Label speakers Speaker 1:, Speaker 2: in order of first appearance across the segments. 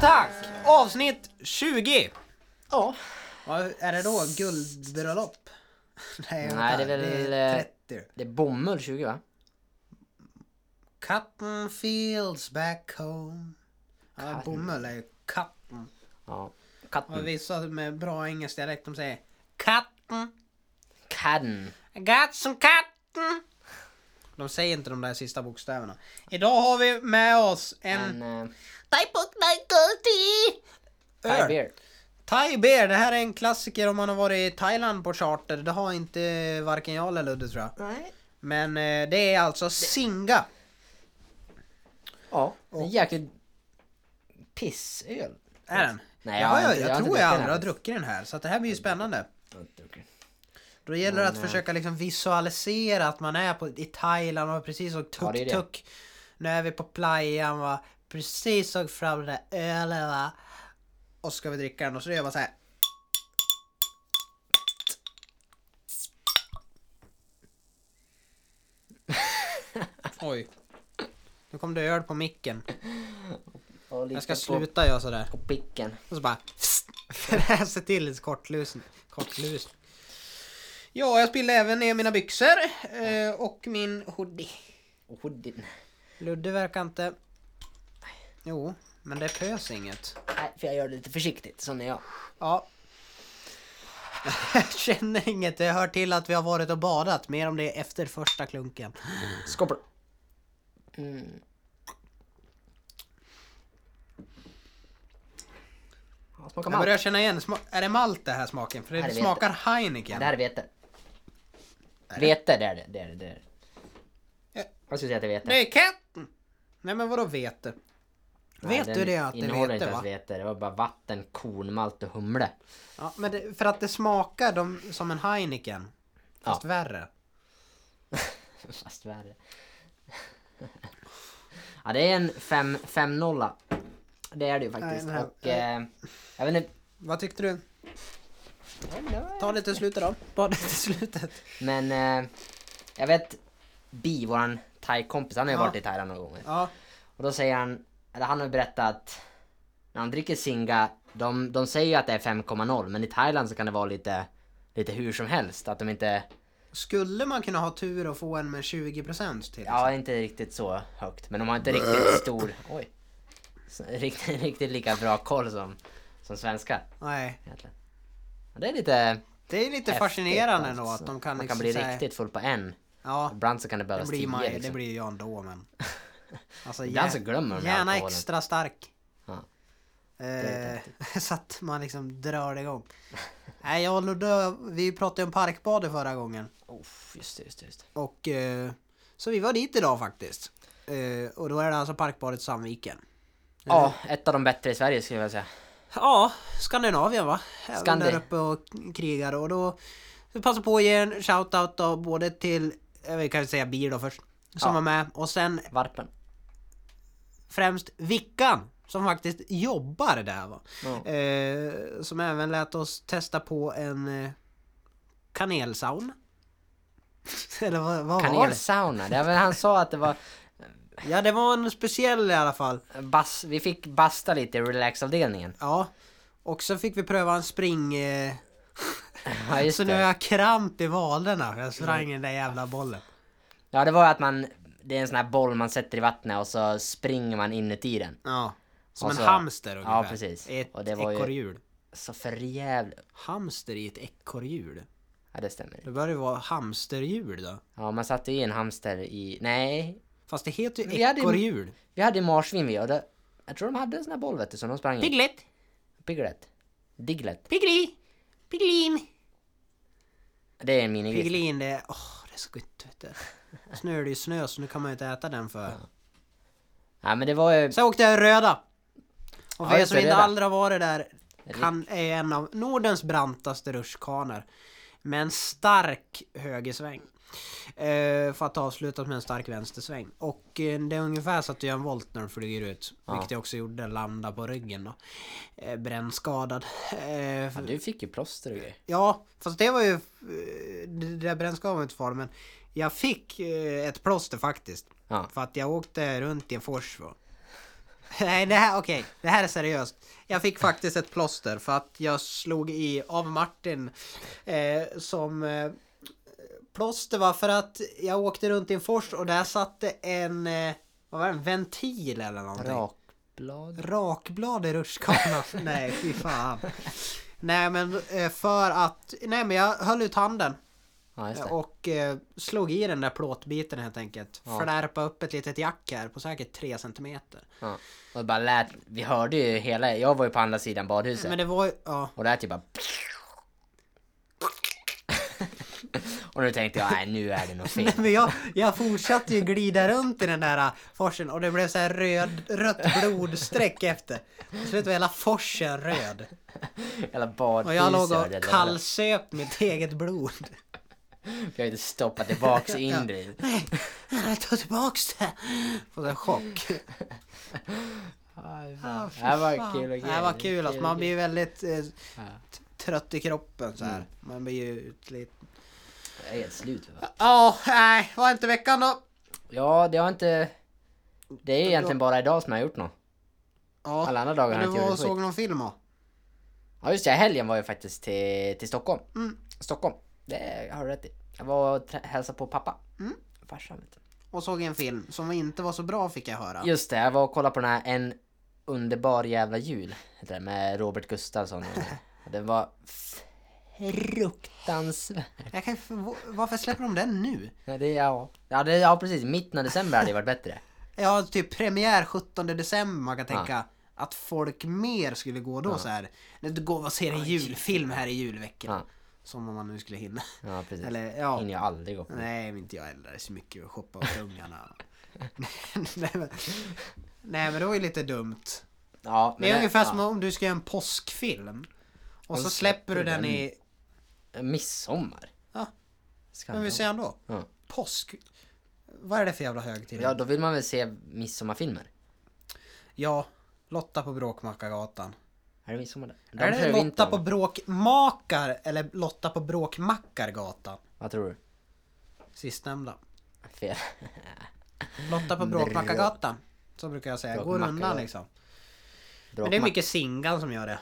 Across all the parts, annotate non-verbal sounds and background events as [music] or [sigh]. Speaker 1: Tack! Avsnitt 20!
Speaker 2: Ja. Vad är det då? Guldbröllop? Nej,
Speaker 1: Nej,
Speaker 2: vänta.
Speaker 1: det är väl, eh,
Speaker 2: 30.
Speaker 1: Det är bomull 20 va?
Speaker 2: Cotton fields back home. Ja,
Speaker 1: Cotton.
Speaker 2: bomull är ju cotton.
Speaker 1: Ja.
Speaker 2: Och
Speaker 1: Cotton.
Speaker 2: vissa med bra engelsk dialekt de säger cotton.
Speaker 1: Cotton.
Speaker 2: I got some cotton. De säger inte de där sista bokstäverna. Idag har vi med oss en...
Speaker 1: En uh,
Speaker 2: Thai book Michael
Speaker 1: Thai
Speaker 2: Öl.
Speaker 1: beer.
Speaker 2: Thai beer, det här är en klassiker om man har varit i Thailand på charter. Det har inte varken jag eller Ludde tror jag.
Speaker 1: Nej.
Speaker 2: Men eh, det är alltså Singa.
Speaker 1: Ja. En jäkligt pissöl.
Speaker 2: Är den?
Speaker 1: Nej,
Speaker 2: jag, har,
Speaker 1: jag har
Speaker 2: jag,
Speaker 1: inte- jag har inte
Speaker 2: tror
Speaker 1: druckit
Speaker 2: jag
Speaker 1: den
Speaker 2: aldrig har
Speaker 1: här.
Speaker 2: druckit den här, så att det här blir ju spännande.
Speaker 1: Ja,
Speaker 2: Då gäller det att
Speaker 1: Men, eh,
Speaker 2: försöka liksom visualisera att man är på, i Thailand och precis såg
Speaker 1: Ja, det är det.
Speaker 2: tuk-tuk. Nu är vi på playan va. Precis såg fram den där ölen va. Och så ska vi dricka den och så gör man
Speaker 1: [laughs]
Speaker 2: så här. Oj. Nu kom det öl på micken.
Speaker 1: lite
Speaker 2: Jag ska
Speaker 1: på-
Speaker 2: sluta göra sådär.
Speaker 1: På picken.
Speaker 2: Och så bara fräser till lite kortlus. kortlus. Ja, jag spillde även ner mina byxor eh, och min hoodie.
Speaker 1: Och hoodien.
Speaker 2: Ludde verkar inte... Jo, men det pös inget.
Speaker 1: Nej, för jag gör det lite försiktigt. Sån är jag.
Speaker 2: Ja. [laughs] Jag känner inget. Det hör till att vi har varit och badat. Mer om det efter första klunken.
Speaker 1: Skåpar. Mm. Ja, Smakar
Speaker 2: Jag
Speaker 1: malt.
Speaker 2: börjar känna igen. Sma- är det malt det här smaken? För
Speaker 1: Nej,
Speaker 2: det
Speaker 1: det vet
Speaker 2: smakar
Speaker 1: Ja,
Speaker 2: Heineken.
Speaker 1: Det här är vete. Vete, det är det. det, är det, det, är
Speaker 2: Ja.
Speaker 1: det. Jag skulle säga att det är vete.
Speaker 2: Det är katten! Nej men vadå vete?
Speaker 1: Nej,
Speaker 2: Vet
Speaker 1: den
Speaker 2: du det att det är
Speaker 1: innehåller
Speaker 2: vete
Speaker 1: inte
Speaker 2: va?
Speaker 1: ens vete. Det var bara vatten, kornmalt och humle. [laughs]
Speaker 2: Ja, men det, för att det smakar de, som en Heineken. Fast
Speaker 1: Ja.
Speaker 2: värre.
Speaker 1: Fast värre. [laughs] ja, det är en 5-0. Det är det ju
Speaker 2: Nej,
Speaker 1: faktiskt.
Speaker 2: den här-
Speaker 1: och, eh, jag vet inte.
Speaker 2: Vad tyckte du? Ta det till slutet då. Ta det till slutet.
Speaker 1: Men eh, jag vet Bi, våran thai-kompis, han har ju
Speaker 2: Ja.
Speaker 1: varit i Thailand några gånger.
Speaker 2: Ja.
Speaker 1: Och då säger han, eller han har ju berättat, när han dricker Singa, de, de säger ju att det är 5,0 men i Thailand så kan det vara lite, lite hur som helst. Att de inte,
Speaker 2: Skulle man kunna ha tur och få en med 20% till?
Speaker 1: ja inte riktigt så högt, men de har inte riktigt stor, oj. så- [laughs] Riktigt, riktigt lika bra koll som, som svenskar
Speaker 2: Nej.
Speaker 1: egentligen. Ja, Det är lite
Speaker 2: Det är lite
Speaker 1: häftigt,
Speaker 2: fascinerande
Speaker 1: alltså.
Speaker 2: ändå att de kan
Speaker 1: Man
Speaker 2: liksom
Speaker 1: kan bli
Speaker 2: säga-
Speaker 1: riktigt full på en.
Speaker 2: Ja,
Speaker 1: Ibland så kan det
Speaker 2: det
Speaker 1: behövas
Speaker 2: blir, man,
Speaker 1: tio liksom.
Speaker 2: det blir jag ändå
Speaker 1: [laughs]
Speaker 2: men. Alltså,
Speaker 1: Ibland
Speaker 2: jä-
Speaker 1: så glömmer de
Speaker 2: Gärna
Speaker 1: alkoholen.
Speaker 2: extra stark.
Speaker 1: Ja.
Speaker 2: Eh, [laughs] så att man liksom drar igång. Nej, jag och Ludde, vi pratade ju om parkbadet förra gången.
Speaker 1: Uff, just det, just det, just det.
Speaker 2: Och eh, så vi var dit idag faktiskt. Eh, och då är det alltså parkbadet Sandviken. Eh,
Speaker 1: Ja, ett av de bättre i Sverige skulle jag vilja säga.
Speaker 2: Ja, Skandinavien va? Även
Speaker 1: Skandi.
Speaker 2: Där uppe och krigar och då vi passar på att ge en shoutout då både till, eh, vi kanske säga Bir då först, som
Speaker 1: Ja.
Speaker 2: var med och sen
Speaker 1: Varpen.
Speaker 2: främst Vickan som faktiskt jobbar där va.
Speaker 1: Ja.
Speaker 2: Eh, som även lät oss testa på en eh, kanelsaun. [laughs] Eller vad, vad var det?
Speaker 1: Kanelsauna. Det var väl han sa att det var
Speaker 2: Ja det var en speciell i alla fall.
Speaker 1: bas, vi fick basta lite i relaxavdelningen.
Speaker 2: Ja. Och så fick vi pröva en spring... Eh,
Speaker 1: Ja just
Speaker 2: så nu har
Speaker 1: det.
Speaker 2: jag kramp i vaderna. Jag sprang den där jävla bollen.
Speaker 1: Ja det var att man, det är en sån här boll man sätter i vattnet och så springer man inuti den.
Speaker 2: Ja. Som
Speaker 1: Och
Speaker 2: en
Speaker 1: så-
Speaker 2: hamster ungefär.
Speaker 1: Alltså, ja, precis.
Speaker 2: I Ett
Speaker 1: Och det var ju-
Speaker 2: ekorrhjul.
Speaker 1: Så för jävla...
Speaker 2: Hamster i ett ekorrhjul?
Speaker 1: Ja det stämmer.
Speaker 2: Det bör ju vara hamsterhjul då.
Speaker 1: Ja man satte ju en hamster i, nej.
Speaker 2: Fast det heter ju
Speaker 1: Vi hade ju-
Speaker 2: ekorrhjul.
Speaker 1: Vi hade ju marsvin vi och det, jag tror de hade en sån här boll vet du som de sprang i.
Speaker 2: Piglet!
Speaker 1: Piglet. Diglet.
Speaker 2: Pigli! Piglin!
Speaker 1: Det är en minigris.
Speaker 2: Piglin det är... Åh, det är så gott vet du. Så nu är det ju snö så nu kan man ju inte äta den för...
Speaker 1: Ja men det var ju,
Speaker 2: Sen åkte jag i röda. Och
Speaker 1: eh, Ja,
Speaker 2: för er
Speaker 1: just
Speaker 2: som
Speaker 1: det,
Speaker 2: inte
Speaker 1: röda.
Speaker 2: aldrig har varit där, kan, är en av Nordens brantaste rutschkanor. Med en stark högersväng. Eh, för att avslutas med en stark vänstersväng. Och eh, det är ungefär så att du gör en volt när du flyger ut.
Speaker 1: Ja.
Speaker 2: Vilket jag också gjorde, landa på ryggen då. Eh, brännskadad. Eh,
Speaker 1: ja,
Speaker 2: för,
Speaker 1: du fick ju plåster och grejer.
Speaker 2: ja, fast det var ju... eh, Det där brännskadan var inte farlig men jag fick eh, ett plåster faktiskt.
Speaker 1: Ja.
Speaker 2: För att jag åkte runt i en fors va. Nej, det här, okej. Det här är seriöst. Jag fick faktiskt ett plåster för att jag slog i av Martin eh, som eh, plåster var för att jag åkte runt i en fors och där satt en, eh, vad var det, en ventil eller någonting.
Speaker 1: Rakblad?
Speaker 2: Rakblad i rutschkanan. [laughs] nej, fy fan. Nej men eh, för att, nej men jag höll ut handen
Speaker 1: Ja, just det.
Speaker 2: och eh, slog i den där plåtbiten helt enkelt.
Speaker 1: Ja.
Speaker 2: Flärpa upp ett litet jack här på säkert 3 centimeter.
Speaker 1: Ja. Och det bara lät, vi hörde ju hela, jag var ju på andra sidan badhuset.
Speaker 2: Men det var ju, ja. [laughs]
Speaker 1: Och det här typ bara... [laughs] och nu tänkte jag, nej nu är det nog fel.
Speaker 2: Nej, men jag, jag fortsatte ju glida runt i den där eh, forsen och det blev så här röd, rött blodstreck efter. Till slut var hela forsen röd.
Speaker 1: Hela badhuset.
Speaker 2: Och jag låg
Speaker 1: hörde
Speaker 2: och
Speaker 1: det.
Speaker 2: kallsöp mitt eget blod.
Speaker 1: Jag har inte
Speaker 2: [laughs]
Speaker 1: stoppat tillbaks in i.
Speaker 2: Nej, nej, ta tillbaks det! Får en chock. Ah, fy
Speaker 1: Det här var
Speaker 2: fan.
Speaker 1: kul och
Speaker 2: Det här var
Speaker 1: kul. Mm.
Speaker 2: kul alltså, man blir ju väldigt eh,
Speaker 1: Ja.
Speaker 2: t- trött i kroppen så här. Man blir ju utsliten.
Speaker 1: Jag är helt slut. va?
Speaker 2: Ja, nej, var inte veckan då?
Speaker 1: Ja, det har inte... Det är egentligen bara idag som jag har gjort något.
Speaker 2: Ja,
Speaker 1: Alla andra dagar har
Speaker 2: men du
Speaker 1: jag inte
Speaker 2: var
Speaker 1: gjort
Speaker 2: och
Speaker 1: ett skit.
Speaker 2: såg någon film då?
Speaker 1: Ja just det, i helgen var jag faktiskt till, till Stockholm.
Speaker 2: Mm.
Speaker 1: Stockholm, det har du rätt i. Jag var och trä- hälsade på pappa.
Speaker 2: Mm.
Speaker 1: Farsan vet du.
Speaker 2: Och såg en film som inte var så bra fick jag höra.
Speaker 1: Just det, jag var och kollade på den här En underbar jävla jul. heter den, Med Robert Gustafsson.
Speaker 2: [laughs]
Speaker 1: Och den var fruktansvärd.
Speaker 2: Jag kan, förvå- varför släpper de den nu?
Speaker 1: Ja, det, ja. Ja, det, ja precis, mitten av december hade ju varit bättre.
Speaker 2: Ja, typ premiär 17 december. Man kan tänka att folk mer skulle gå då så här. Nu går och ser en julfilm här i julveckan.
Speaker 1: Ja,
Speaker 2: Som om man nu skulle hinna.
Speaker 1: ja precis.
Speaker 2: Eller ja.
Speaker 1: Hinner jag aldrig gå på.
Speaker 2: Nej, men inte jag heller. Det är så mycket att shoppa åt ungarna. [laughs] Nej, men, nej, men det var ju lite dumt.
Speaker 1: Ja,
Speaker 2: Det är ungefär
Speaker 1: ja.
Speaker 2: som om du ska göra en påskfilm. Och så
Speaker 1: så
Speaker 2: släpper du
Speaker 1: släpper
Speaker 2: den
Speaker 1: du den
Speaker 2: i...
Speaker 1: Midsommar.
Speaker 2: Ja,
Speaker 1: Ska
Speaker 2: men vi
Speaker 1: man-
Speaker 2: ser den då?
Speaker 1: Ja.
Speaker 2: Påsk? Vad är det för jävla högtid?
Speaker 1: ja, då vill man väl se midsommarfilmer?
Speaker 2: Ja, Lotta på Bråkmakargatan.
Speaker 1: Är det midsommar där? De
Speaker 2: är det
Speaker 1: kör ju
Speaker 2: Lotta
Speaker 1: vintern,
Speaker 2: på
Speaker 1: va?
Speaker 2: Bråkmakar eller Lotta på Bråkmackargatan?
Speaker 1: Vad tror du?
Speaker 2: Sistnämnda.
Speaker 1: Fel. [laughs]
Speaker 2: Lotta på Bråkmakargatan. Så brukar jag säga. Går undan
Speaker 1: Bråkmakargatan.
Speaker 2: liksom.
Speaker 1: Bra
Speaker 2: Men det är
Speaker 1: på
Speaker 2: mycket singan som gör det.
Speaker 1: mack-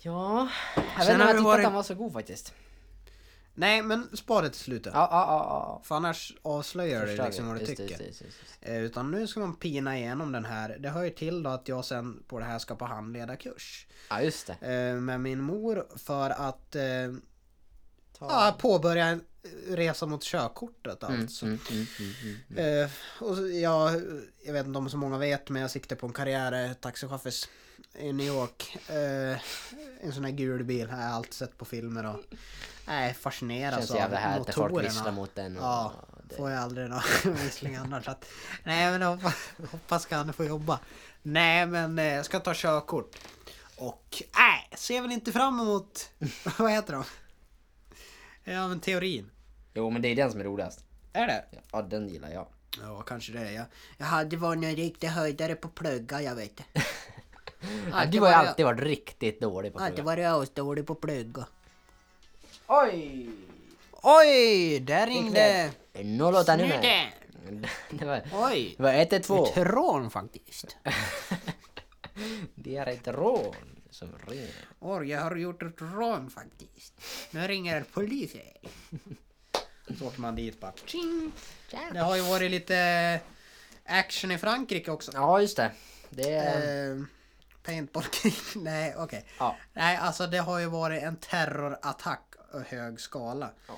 Speaker 1: Ja, jag vet
Speaker 2: Sen har
Speaker 1: inte om
Speaker 2: du
Speaker 1: jag tyckte
Speaker 2: varit-
Speaker 1: att han var så god faktiskt.
Speaker 2: Nej men spara det till slutet.
Speaker 1: Ja, ja, ja.
Speaker 2: För annars avslöjar
Speaker 1: ja.
Speaker 2: du
Speaker 1: Förstår
Speaker 2: liksom
Speaker 1: vi.
Speaker 2: vad du
Speaker 1: Just det,
Speaker 2: tycker.
Speaker 1: just det, just det, just det.
Speaker 2: Eh, Utan nu ska man pina igenom den här. Det hör ju till då att jag sen på det här ska på handledarkurs.
Speaker 1: Ja, just det.
Speaker 2: eh, Med min mor för att eh,
Speaker 1: Ta-
Speaker 2: ja, påbörja en eh, resa mot körkortet
Speaker 1: Mm,
Speaker 2: alltså.
Speaker 1: mm, mm, mm, mm.
Speaker 2: Eh, och så, jag, jag vet inte om så många vet men jag siktar på en karriär eh, taxichaufför i New York. Eh, en sån här gul bil har jag alltid sett på filmer och nej, fascineras
Speaker 1: Känns så jävla
Speaker 2: av
Speaker 1: härligt när folk
Speaker 2: motorerna.
Speaker 1: visslar mot den. Och,
Speaker 2: Ja,
Speaker 1: och det.
Speaker 2: får jag aldrig någon [laughs] vissling annars. så Att, nej men hoppas, hoppas ska han få jobba. Nej men eh, jag ska ta körkort. Och nej, ser väl inte fram emot, [laughs] vad heter de? Ja men teorin.
Speaker 1: Jo, men det är den som är roligast.
Speaker 2: Är det?
Speaker 1: Ja, den gillar jag.
Speaker 2: Ja kanske det är jag. Jag hade varit en riktig höjdare på plugga jag vet.
Speaker 1: Ja, du har ju alltid varit riktigt dålig på att
Speaker 2: Alltid
Speaker 1: plugga.
Speaker 2: varit asdålig på plugga.
Speaker 1: Oj!
Speaker 2: Oj, där ringde...
Speaker 1: 08 nummer.
Speaker 2: Snuten.
Speaker 1: [laughs] Det var,
Speaker 2: Oj!
Speaker 1: det var 112.
Speaker 2: Tron faktiskt.
Speaker 1: Det är ett rån som ren.
Speaker 2: Åh, jag har gjort ett rån faktiskt. Nu ringer polisen. Så åker man dit bara. Tjing. Det har ju varit lite eh, action i Frankrike också.
Speaker 1: Ja, just det. Det är...
Speaker 2: Eh, Paintballkrig. [laughs] Nej, okej.
Speaker 1: Ja.
Speaker 2: Nej, alltså det har ju varit en terrorattack av hög skala.
Speaker 1: Ja.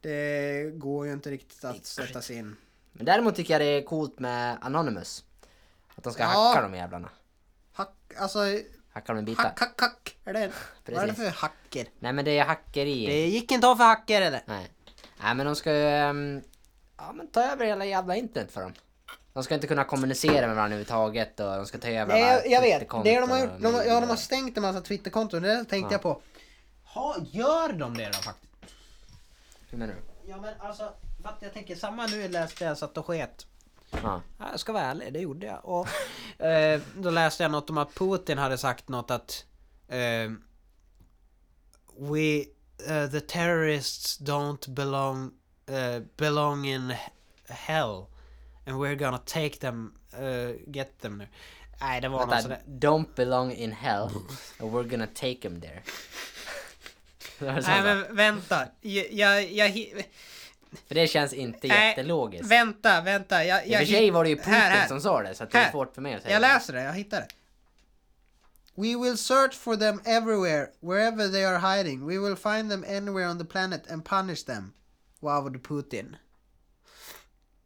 Speaker 2: Det går ju inte riktigt att sätta sig in.
Speaker 1: Men däremot tycker jag det är coolt med Anonymous. Att de ska
Speaker 2: Ja.
Speaker 1: hacka de jävlarna.
Speaker 2: Hack, alltså
Speaker 1: Hacka dem i bitar.
Speaker 2: hack, hack, hack. Är det, vad är det
Speaker 1: Precis.
Speaker 2: för hacker?
Speaker 1: Nej men det är hackeri.
Speaker 2: Det gick inte av för hacker eller?
Speaker 1: Nej. Nej men de ska ju... ehm, ja men ta över hela jävla internet för dem. De ska inte kunna kommunicera med varandra överhuvudtaget och de ska ta över
Speaker 2: Nej,
Speaker 1: alla
Speaker 2: jag, jag vet.
Speaker 1: Twitterkonton
Speaker 2: Det är de har gjort.
Speaker 1: och
Speaker 2: De har, ja, de har
Speaker 1: mejl.
Speaker 2: stängt en massa Twitterkonton. Det tänkte jag på. Ha, gör de det då faktiskt?
Speaker 1: Hur menar du?
Speaker 2: Ja men alltså, för att jag tänker samma nu läste jag satt och sket.
Speaker 1: Ja.
Speaker 2: Ja, jag ska vara ärlig, det gjorde jag. [laughs] Och, eh, då läste jag något om att Putin hade sagt något att... Eh, We, eh, the terrorists don't belong, eh, belong in hell. And we're gonna take them, eh, get them nu. Nej, det var något
Speaker 1: Vänta,
Speaker 2: sådär.
Speaker 1: don't belong in hell and we're gonna take him there. [laughs] Det var så
Speaker 2: Nej
Speaker 1: här,
Speaker 2: men vänta, jag, jag, jag hi-
Speaker 1: För det känns inte
Speaker 2: Nej,
Speaker 1: jättelogiskt.
Speaker 2: vänta, vänta, jag,
Speaker 1: I och
Speaker 2: jag,
Speaker 1: för
Speaker 2: hi-
Speaker 1: sig var det ju Putin
Speaker 2: här, här.
Speaker 1: som sa det så att det är
Speaker 2: Här.
Speaker 1: svårt för mig att säga.
Speaker 2: jag
Speaker 1: det.
Speaker 2: läser det, jag hittar det. We will search for them everywhere, wherever they are hiding. We will find them anywhere on the planet and punish them. Wow, Putin.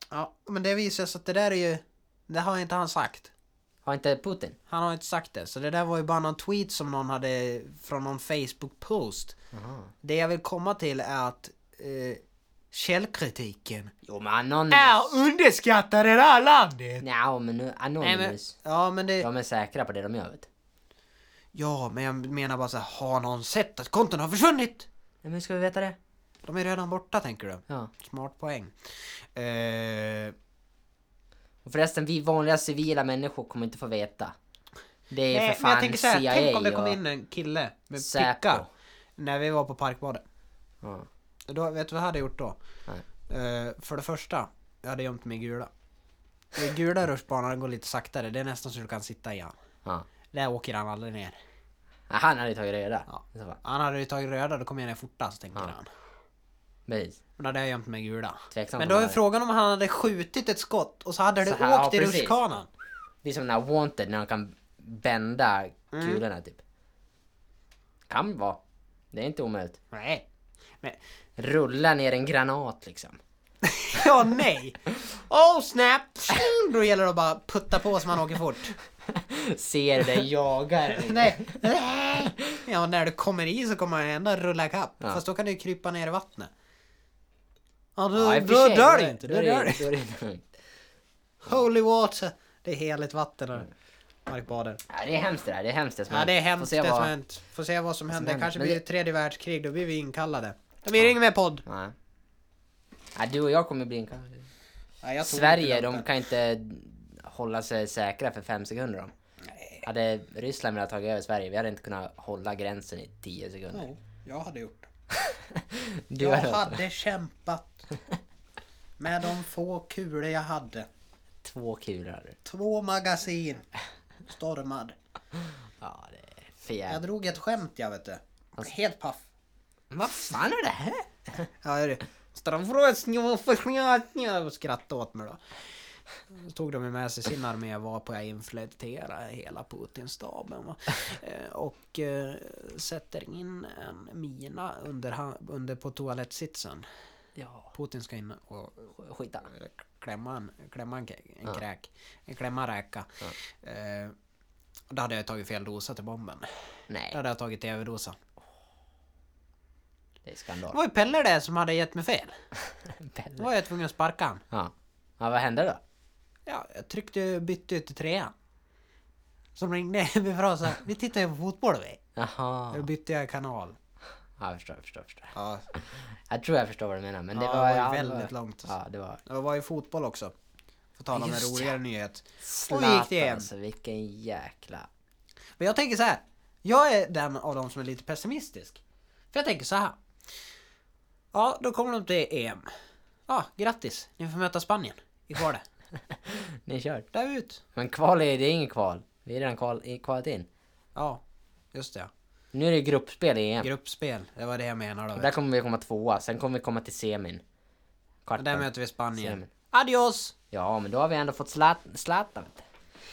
Speaker 2: Ja, men det visar sig att det där är ju, det har inte han sagt.
Speaker 1: Har inte Putin?
Speaker 2: Han har inte sagt det, så det där var ju bara någon tweet som någon hade från någon Facebook-post. Det jag vill komma till är att eh, källkritiken
Speaker 1: Jo men Anonymous.
Speaker 2: underskattar det här landet!
Speaker 1: Nja, men nu
Speaker 2: Nej,
Speaker 1: Anonymous.
Speaker 2: men, ja men det...
Speaker 1: De är säkra på det de gör vet du.
Speaker 2: Ja men jag menar bara så här, har någon sett att konton har försvunnit?
Speaker 1: Nej, Men hur ska vi veta det?
Speaker 2: De är redan borta tänker du?
Speaker 1: Ja.
Speaker 2: Smart poäng. Eh,
Speaker 1: Och förresten, vi vanliga civila människor kommer inte få veta. Det
Speaker 2: nej,
Speaker 1: är för
Speaker 2: men jag
Speaker 1: fan
Speaker 2: tänker så
Speaker 1: CIA
Speaker 2: här, tänk om det kom
Speaker 1: och...
Speaker 2: in en kille med
Speaker 1: Säpo.
Speaker 2: picka när vi var på Parkbadet.
Speaker 1: Ja.
Speaker 2: Då, vet du vad jag hade gjort då?
Speaker 1: Nej.
Speaker 2: Eh, för det första, jag hade gömt mig i gula. Den gula rutschbanan går lite saktare, det är nästan så du kan sitta i han.
Speaker 1: Ja.
Speaker 2: Där åker han aldrig ner.
Speaker 1: Ja, han hade ju tagit reda.
Speaker 2: Ja.
Speaker 1: I så fall.
Speaker 2: Han hade ju tagit röda, då kom jag ner fortast tänkte
Speaker 1: Ja.
Speaker 2: han.
Speaker 1: Precis.
Speaker 2: Men då hade jag gömt mig i gula.
Speaker 1: Tveksamt
Speaker 2: Men
Speaker 1: om
Speaker 2: då är
Speaker 1: han hade-
Speaker 2: frågan om han hade skjutit ett skott och så hade det
Speaker 1: Så här,
Speaker 2: åkt
Speaker 1: ja,
Speaker 2: i
Speaker 1: precis.
Speaker 2: rutschkanan.
Speaker 1: Det är som den här Wanted när de kan bända
Speaker 2: Mm.
Speaker 1: kulorna typ. Kan vara. Det är inte omöjligt.
Speaker 2: Nej. Men, [laughs]
Speaker 1: Rulla ner en granat liksom.
Speaker 2: ja, nej! Oh
Speaker 1: [laughs]
Speaker 2: snap! Då gäller det att bara putta på så man åker fort. [laughs]
Speaker 1: Ser dig jagar.
Speaker 2: Nej! Nej! [laughs] Ja, när du kommer i så kommer han ändå rulla ikapp.
Speaker 1: Ja.
Speaker 2: Fast då kan du ju krypa ner i vattnet. Ja, då,
Speaker 1: Ja, i och för
Speaker 2: då
Speaker 1: sig,
Speaker 2: dör
Speaker 1: då
Speaker 2: du
Speaker 1: är-
Speaker 2: inte.
Speaker 1: då
Speaker 2: Då
Speaker 1: är det-
Speaker 2: dör du.
Speaker 1: då är det lugnt.
Speaker 2: Holy water! Det är heligt vatten här. Mark Bader.
Speaker 1: Ja, det är hemskt det där. Det är hemskt det som
Speaker 2: Ja,
Speaker 1: hänt.
Speaker 2: det är
Speaker 1: Får
Speaker 2: hemskt
Speaker 1: se
Speaker 2: det
Speaker 1: vad-
Speaker 2: som hänt. Får se vad som händer.
Speaker 1: händer.
Speaker 2: Kanske
Speaker 1: Men
Speaker 2: blir det
Speaker 1: det-
Speaker 2: tredje världskrig, då blir vi inkallade. Då blir det ingen mer podd.
Speaker 1: Nej. Nej, du och jag kommer bli inkallade.
Speaker 2: Ja, jag tror
Speaker 1: Sverige,
Speaker 2: inte det.
Speaker 1: de kan inte hålla sig säkra för fem sekunder. Om. Hade Ryssland velat ta över Sverige, vi hade inte kunnat hålla gränsen i tio sekunder.
Speaker 2: Jo, jag hade gjort det.
Speaker 1: [laughs] Du
Speaker 2: jag
Speaker 1: hade haft
Speaker 2: hade kämpat. Med de få kulor jag hade.
Speaker 1: två kulor. hade du.
Speaker 2: Två magasin. Stormad.
Speaker 1: Ja, det är för
Speaker 2: Jag
Speaker 1: jävligt.
Speaker 2: drog ett skämt jag vet du. Helt paff.
Speaker 1: Vad fan är
Speaker 2: [laughs]
Speaker 1: det här?
Speaker 2: Ja, är det. Straffrödsnjåförsknjatnja. Skrattade åt mig då. Så tog de ju med sig sin armé varpå jag infiltrerar hela Putinstaben. va. Eh, Och eh, sätter in en mina under, han- under på toalettsitsen.
Speaker 1: Ja,
Speaker 2: Putin ska in och
Speaker 1: sk- skita.
Speaker 2: klämma en, klämma en, k- en kräk. En klämma räka. Eh, och då hade jag tagit fel dosa till bomben. Då
Speaker 1: Nej,
Speaker 2: hade jag tagit tv-dosa.
Speaker 1: det är
Speaker 2: Det
Speaker 1: skandal. [laughs]
Speaker 2: var ju Pelle det som hade gett mig fel. Då
Speaker 1: Pelle.
Speaker 2: var jag tvungen att sparka han.
Speaker 1: Ja. ja, vad hände då?
Speaker 2: Ja, jag tryckte bytte ut till trean. Som ringde [laughs] hemifrån och sa vi tittar ju på fotboll vi.
Speaker 1: Jaha.
Speaker 2: Då bytte jag kanal.
Speaker 1: Ja, jag förstår, jag förstår, jag förstår.
Speaker 2: Ja,
Speaker 1: Jag tror jag förstår vad du menar, men det
Speaker 2: Ja,
Speaker 1: var...
Speaker 2: det var ju
Speaker 1: ja,
Speaker 2: väldigt långt.
Speaker 1: Ja, det var...
Speaker 2: det var ju fotboll också. För att tala om en
Speaker 1: Just
Speaker 2: roligare nyhet. Och vi gick det
Speaker 1: Zlatan
Speaker 2: igen.
Speaker 1: alltså, vilken jäkla...
Speaker 2: Men jag tänker så här. Jag är den av dem som är lite pessimistisk. För jag tänker så här. Ja, då kommer de till EM. Ja, grattis. Ni får möta Spanien i kvalet.
Speaker 1: Ni kör.
Speaker 2: [laughs] Där ut.
Speaker 1: Men kval är det är ingen kval. Vi är redan kval, i- kvalat in.
Speaker 2: Ja, just det.
Speaker 1: Nu är det gruppspel i EM.
Speaker 2: Gruppspel. Det var det jag menade.
Speaker 1: Och
Speaker 2: vet
Speaker 1: där
Speaker 2: du.
Speaker 1: kommer vi komma tvåa, sen kommer vi komma till semin.
Speaker 2: Och
Speaker 1: Kvarten.
Speaker 2: Där möter vi Spanien.
Speaker 1: Semin.
Speaker 2: Adios!
Speaker 1: Ja, men då har vi ändå fått Zlat- Zlatan. vet du.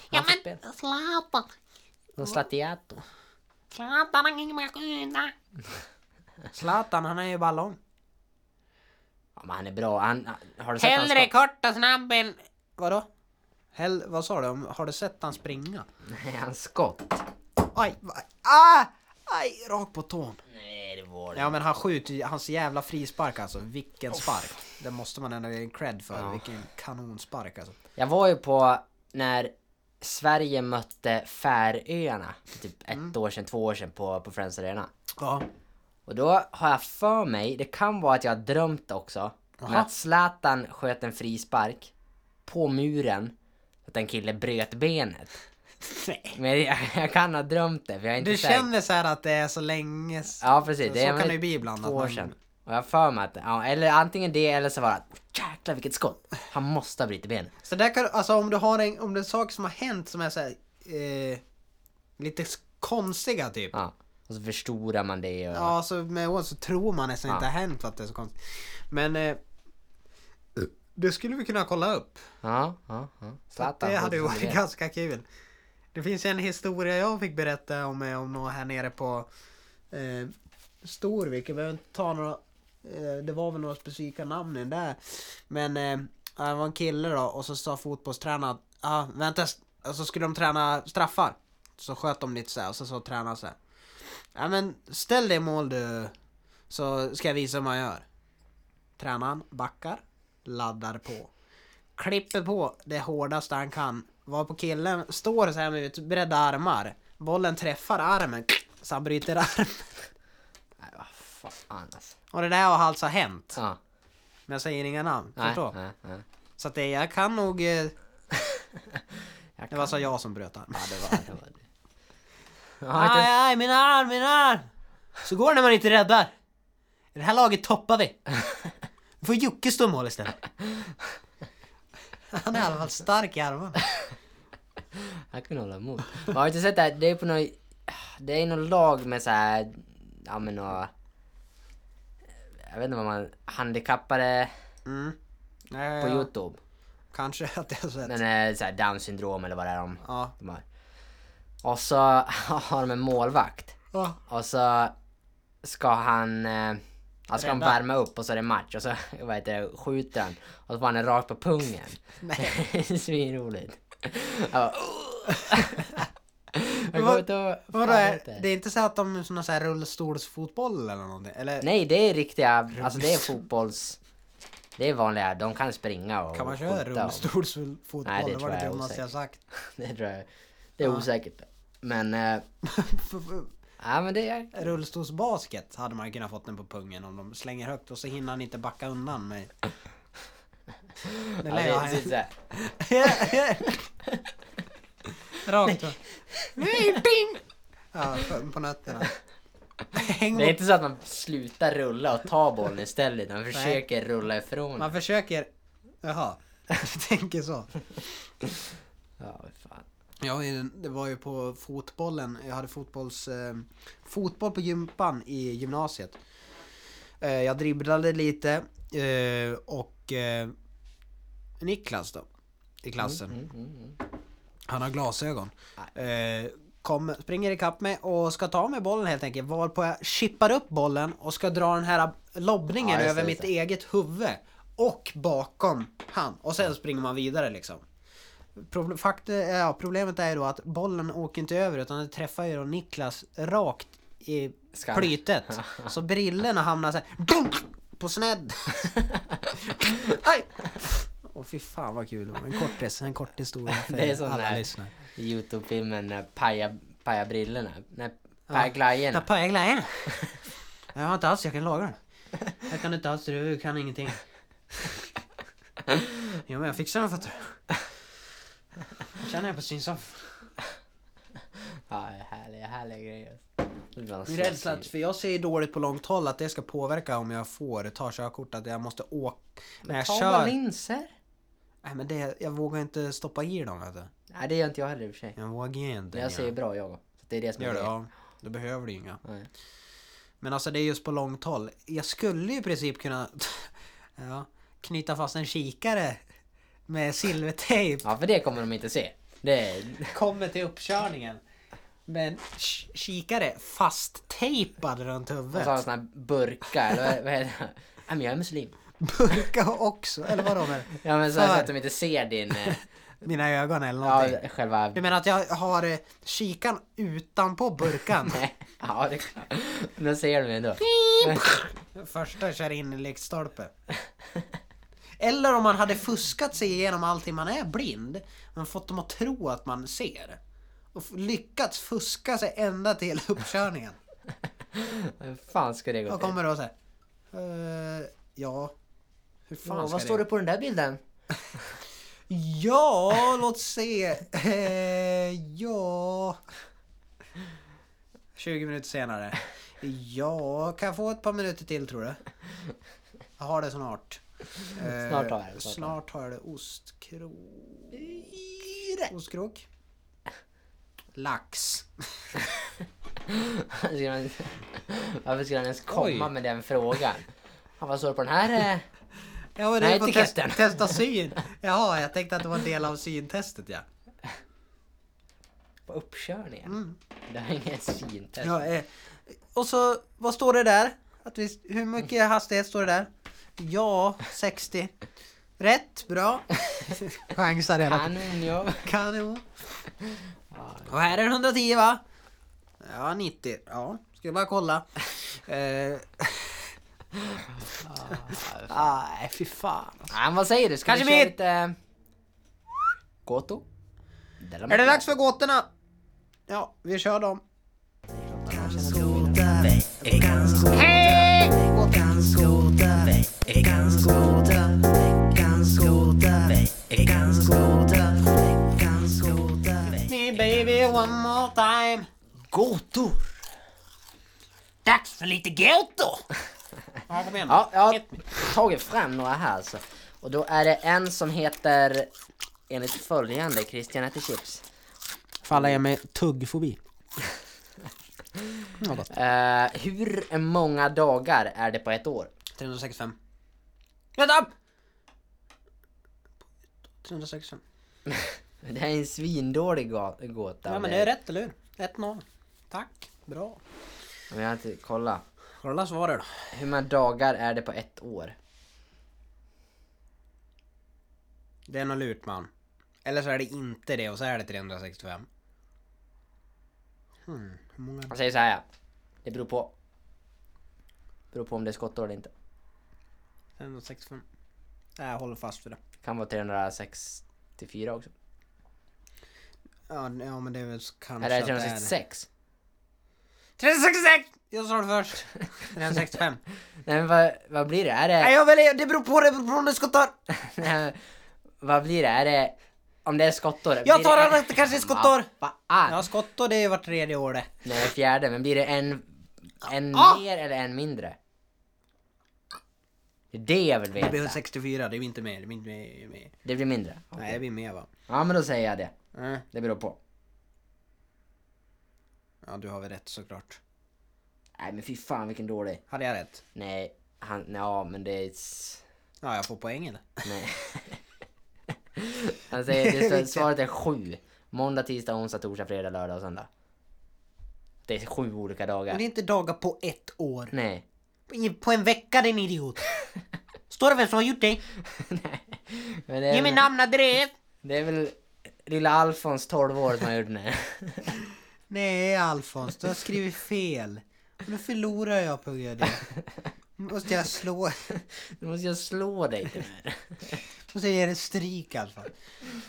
Speaker 3: Ja
Speaker 1: Han får spela.
Speaker 3: men Zlatan,
Speaker 1: Då Zlatiato.
Speaker 3: Zlatan han kan ju bara skjuta.
Speaker 2: [laughs] Zlatan, han är ju bara lång.
Speaker 1: Ja, men han är bra. Han, han- har du sett han
Speaker 3: Hellre
Speaker 1: skott?
Speaker 3: kort och snabb än...
Speaker 2: Vadå? Hell, vad sa du? Om- Har du sett han springa?
Speaker 1: Nej, hans skott.
Speaker 2: Aj, va- ah, aj, rakt på tån.
Speaker 1: Nej, det var det.
Speaker 2: Ja men han skjuter, ju- hans jävla frispark alltså. Vilken spark. Det måste man ändå ge en cred för.
Speaker 1: Ja.
Speaker 2: Vilken kanonspark alltså.
Speaker 1: Jag var ju på när Sverige mötte Färöarna. för Typ ett
Speaker 2: Mm.
Speaker 1: år sedan, två år sedan på, på Friends Arena.
Speaker 2: Ja.
Speaker 1: Och då har jag för mig, det kan vara att jag har drömt också, men
Speaker 2: Jaha.
Speaker 1: att Zlatan sköt en frispark på muren att en kille bröt benet.
Speaker 2: Nej.
Speaker 1: Men jag, [laughs] jag kan ha drömt det, för jag är inte
Speaker 2: Du
Speaker 1: säker.
Speaker 2: känner så här att det är så länge s-
Speaker 1: Ja precis,
Speaker 2: Så kan
Speaker 1: väl
Speaker 2: det ju bli ibland,
Speaker 1: två
Speaker 2: att man-
Speaker 1: år sedan. Och jag har för mig att, ja, eller antingen det eller så var det att jäklar vilket skott! Han måste ha brutit benet.
Speaker 2: Så där kan du- alltså om du har en, om det är saker som har hänt som är så här, eh, lite s- konstiga typ.
Speaker 1: Ja. Och så förstorar man det och...
Speaker 2: Ja, så med åren så tror man nästan
Speaker 1: Ja.
Speaker 2: inte har hänt för att det är så konstigt. Men eh, det skulle vi kunna kolla upp.
Speaker 1: Ja, ja, ja. Zlatan.
Speaker 2: Det hade ju varit
Speaker 1: det.
Speaker 2: ganska kul. Det finns en historia jag fick berätta om, eh, om någon här nere på eh, Storvik. Jag behöver inte ta några, eh, det var väl några specifika namn där. Men eh, det var en kille då och så sa fotbollstränaren att ah, vänta, s- och så skulle de träna straffar. Så sköt de lite så här och så sa tränaren så här. Ja men ställ dig i mål du, så ska jag visa hur man gör. Tränaren backar, laddar på klipper på det hårdaste han kan. Var på killen står så här med utbredda armar. Bollen träffar armen, så han bryter armen.
Speaker 1: Nej, vad fan alltså.
Speaker 2: Och det där har alltså hänt.
Speaker 1: Ja.
Speaker 2: Men jag säger inga namn,
Speaker 1: Nej,
Speaker 2: förstå?
Speaker 1: nej, nej.
Speaker 2: Så att det, jag kan nog... eh,
Speaker 1: Jag
Speaker 2: Det
Speaker 1: kan...
Speaker 2: var alltså jag som bröt armen.
Speaker 1: [laughs] Ja, det var det. Var det. Jag har
Speaker 2: Aj,
Speaker 1: inte...
Speaker 2: aj, min arm, min arm! Så går det när man inte räddar. I det här laget toppar vi. Nu får Jocke stå i mål istället. Han är i alla fall stark i armen.
Speaker 1: Jag kunde hålla emot. Men har du inte sett det här? Det är på någon... Det är någon lag med så här... Ja men några... Jag vet inte vad man... Handikappade
Speaker 2: Mm. Ja, ja,
Speaker 1: på
Speaker 2: ja.
Speaker 1: youtube.
Speaker 2: Kanske att jag har sett.
Speaker 1: Men eh, så här down syndrom eller vad det är de,
Speaker 2: Ja.
Speaker 1: de har. Och så [laughs] har de en målvakt.
Speaker 2: Ja.
Speaker 1: Och så ska han... Eh, han ska han
Speaker 2: Rädda.
Speaker 1: värma upp och så är det match och så [laughs] vad heter det, skjuter han. Och så får han den rakt
Speaker 2: [laughs]
Speaker 1: på pungen. [laughs] Svinroligt. Jag bara, Jag
Speaker 2: Vad-
Speaker 1: går inte och-
Speaker 2: Vadå,
Speaker 1: fan
Speaker 2: är,
Speaker 1: vet jag.
Speaker 2: det är inte så att de är såna så här rullstolsfotboll eller någonting? Eller
Speaker 1: Nej, det är riktiga, alltså det är fotbolls... Det är vanliga, de kan springa och
Speaker 2: kan man köra
Speaker 1: skjuta och-
Speaker 2: rullstolsfotboll?
Speaker 1: Nej, det
Speaker 2: det var
Speaker 1: tror jag
Speaker 2: det
Speaker 1: är
Speaker 2: dummaste jag sagt.
Speaker 1: [laughs]
Speaker 2: [laughs]
Speaker 1: Det tror jag. Det är osäkert. Men, eh, ja men det är...
Speaker 2: Rullstolsbasket hade man ju kunnat fått den på pungen om de slänger högt och så hinner han inte backa undan mig. Det
Speaker 1: Ja,
Speaker 2: lär
Speaker 1: det
Speaker 2: jag
Speaker 1: är precis
Speaker 2: [laughs]
Speaker 1: så här. [laughs]
Speaker 2: Rakt upp.
Speaker 3: Nej, ding!
Speaker 2: Ja, på- på nätterna. Häng
Speaker 1: Det är
Speaker 2: upp.
Speaker 1: inte så att man slutar rulla och ta bollen istället, utan man försöker rulla ifrån.
Speaker 2: Man försöker... Jaha. [laughs] Du tänker så.
Speaker 1: Ja, vad fan.
Speaker 2: Ja, det var ju på fotbollen. Jag hade fotbolls, eh, fotboll på gympan i gymnasiet. Eh, jag dribblade lite eh, och eh, Niklas då, i klassen.
Speaker 1: Mm, mm, mm.
Speaker 2: Han har glasögon. Eh, kom, springer ikapp mig och ska ta med bollen helt enkelt. Varpå jag chippar upp bollen och ska dra den här
Speaker 1: Ja,
Speaker 2: lobbningen
Speaker 1: just det,
Speaker 2: över
Speaker 1: just
Speaker 2: mitt
Speaker 1: det.
Speaker 2: eget huvud. Och bakom han. Och sen springer man vidare liksom. Problem, fakt, eh, ja, problemet är ju då att bollen åker inte över utan den träffar ju då Niklas rakt i
Speaker 1: Skall. [laughs]
Speaker 2: plytet. Så brillorna hamnar så här, dunk, på
Speaker 1: [laughs]
Speaker 2: snedd. Aj! Åh fy fan vad kul. det var. En kortis, en kort historia för
Speaker 1: Det är sån
Speaker 2: alla
Speaker 1: här-
Speaker 2: lyssnare.
Speaker 1: Youtube-filmen eh, Paja, paja brillorna. Nej, Paja glajjorna.
Speaker 2: Jag peglar igen. Jag har inte alls, jag kan laga den. Jag kan inte alls, du kan
Speaker 1: [laughs]
Speaker 2: ingenting. Jo men jag fixar den fattar du. känner jag på synsoff.
Speaker 1: Ja, härliga, härliga grejer. Det var
Speaker 2: Min
Speaker 1: så
Speaker 2: rädsla att,
Speaker 1: kul.
Speaker 2: för jag ser dåligt på långt håll, att det ska påverka om jag får ta körkort, att jag måste åka. När jag
Speaker 1: Ta bara
Speaker 2: kör.
Speaker 1: linser.
Speaker 2: Nej men det, jag vågar inte stoppa i dem vet du.
Speaker 1: Nej, det gör inte jag heller i och för sig.
Speaker 2: Jag vågar inte.
Speaker 1: Men jag ser ju bra jag. Så det är det som är
Speaker 2: Gör det?
Speaker 1: grejen.
Speaker 2: Ja. Då behöver du inga.
Speaker 1: Nej.
Speaker 2: Men alltså det är just på långt håll. Jag skulle ju i princip kunna [laughs] ja, knyta fast en kikare med silvertejp.
Speaker 1: Ja, för det kommer de inte se. Det är...
Speaker 2: Kommer till uppkörningen. Men sh- kikare fasttejpad runt
Speaker 1: De sa
Speaker 2: huvudet.
Speaker 1: såna här burkar, eller vad- vad heter det? Nej, men jag är muslim.
Speaker 2: Burka också, eller vadå med
Speaker 1: Ja, men så, så
Speaker 2: För-
Speaker 1: att de inte ser din... eh,
Speaker 2: mina ögon eller någonting.
Speaker 1: Ja, själva...
Speaker 2: Du menar att jag har eh, kikan utanpå
Speaker 1: [laughs]
Speaker 2: burkan?
Speaker 1: Nej, ja, det är klart. Men då ser de ju ändå.
Speaker 2: Första kör in i lyktstolpe. Eller om man hade fuskat sig igenom allting, man är blind, men fått dem att tro att man ser. Och f- lyckats fuska sig ända till uppkörningen.
Speaker 1: Hur fan ska det gå
Speaker 2: Då
Speaker 1: till?
Speaker 2: kommer då så här. "Eh, ja. Hur fan
Speaker 1: Fan,
Speaker 2: ska
Speaker 1: vad står
Speaker 2: det
Speaker 1: det på den där bilden?
Speaker 2: Ja, låt se. Eh, ja. 20 minuter senare. Ja, kan jag få ett par minuter till tror du? Jag har det snart. Eh,
Speaker 1: Snart har jag det, snart
Speaker 2: Snart har jag det. Ostkrok. Ostkrok. Lax.
Speaker 1: Skulle han- [laughs] Varför skulle han ens komma
Speaker 2: Oj.
Speaker 1: med den frågan? Han bara, såg du på den här? eh?"
Speaker 2: Ja, men
Speaker 1: Nej,
Speaker 2: var
Speaker 1: etiketten.
Speaker 2: test- testa syn. Jaha, jag tänkte att det var en del av syntestet ja.
Speaker 1: På uppkörningen? Det var inget fint.
Speaker 2: Mm. ja eh, och så, vad står det där? Att vi, hur mycket hastighet står det där? Ja, 60. Rätt, bra. [laughs] Chansar hela tiden.
Speaker 1: Kanon ja.
Speaker 2: Kanon. Och här är 110 va? Ja, 90. Ja, ska bara kolla. Eh, [laughs] Nej, fy fan.
Speaker 1: Men vad säger du? Ska
Speaker 2: Kanske
Speaker 1: vi köra
Speaker 2: mitt.
Speaker 1: lite... eh, Goto? Della
Speaker 2: Är det
Speaker 1: Mata.
Speaker 2: dags för gåtorna? Ja, vi kör dem. Me baby one more time.
Speaker 1: Gotor!
Speaker 3: Dags för lite ghetto!
Speaker 2: Ja, kom igen.
Speaker 1: Ja, jag har tagit fram några här alltså. Och då är det en som heter enligt följande Christian äter chips.
Speaker 2: Faller jag med tuggfobi? Något.
Speaker 1: Eh, hur många dagar är det på ett år?
Speaker 2: 365. Vänta! 365.
Speaker 1: Det här är en svindålig ga- gåta.
Speaker 2: Ja men det är rätt, eller hur? 1-0. Tack. Bra.
Speaker 1: Men jag har inte kollat.
Speaker 2: Kolla svaret då.
Speaker 1: Hur många dagar är det på ett år?
Speaker 2: Det är nog lurt man. Eller så är det inte det och så är det 365. Hmm, hur många...
Speaker 1: Jag säger så här. Det beror på. Beror på om det är skottår eller inte.
Speaker 2: 365. Nej, Äh, Jag håller fast vid det.
Speaker 1: Det kan vara 364 också.
Speaker 2: Ja, n- ja men det är väl s- kanske
Speaker 1: Eller är det
Speaker 2: att det är-
Speaker 1: 366?
Speaker 2: 366! Jag sa det först. [laughs] 365.
Speaker 1: Nej men vad, vad blir det? Är
Speaker 2: Nej
Speaker 1: det...
Speaker 2: jag väljer, det beror på det beror på om det är skottår.
Speaker 1: Nej, [laughs] vad blir det? Är det... Om det är skottår? blir
Speaker 2: Jag tar
Speaker 1: det-
Speaker 2: den att det kanske är skottår.
Speaker 1: Vad fan?
Speaker 2: Ja skottår det är ju vart tredje år det.
Speaker 1: Nej det är fjärde, men blir det en... En
Speaker 2: Ah!
Speaker 1: mer eller en mindre? Det är det jag vill
Speaker 2: Det blir
Speaker 1: veta.
Speaker 2: 64, det är ju inte mer. Det blir inte mer. mer.
Speaker 1: Det blir mindre.
Speaker 2: Nej det blir mer va?
Speaker 1: Ja men då säger jag det.
Speaker 2: Mm.
Speaker 1: Det beror på.
Speaker 2: Ja du har väl rätt såklart.
Speaker 1: Nej men fy fan vilken dålig.
Speaker 2: Hade jag rätt?
Speaker 1: Nej, han, ja men det är... s-
Speaker 2: Ja jag får poäng eller?
Speaker 1: Nej. han säger det står,
Speaker 2: [laughs] Vilken?
Speaker 1: svaret är sju. Måndag, tisdag, onsdag, torsdag, fredag, lördag och söndag. Det är sju olika
Speaker 2: Men
Speaker 1: dagar.
Speaker 2: det är inte dagar på ett år.
Speaker 1: Nej. [laughs]
Speaker 2: I- På en vecka din idiot! [laughs] Står det vem som har gjort det?
Speaker 1: Nej. Men det är,
Speaker 3: Ge mig
Speaker 1: väl,
Speaker 3: namnadress!
Speaker 1: det är väl lilla Alfons 12 år som har gjort den här. [laughs]
Speaker 2: Nej Alfons, du har skrivit fel. Och nu förlorar jag på grund av det. Nu måste jag slå...
Speaker 1: Nu måste jag slå dig till det här.
Speaker 2: Måste jag ge dig stryk Alfons.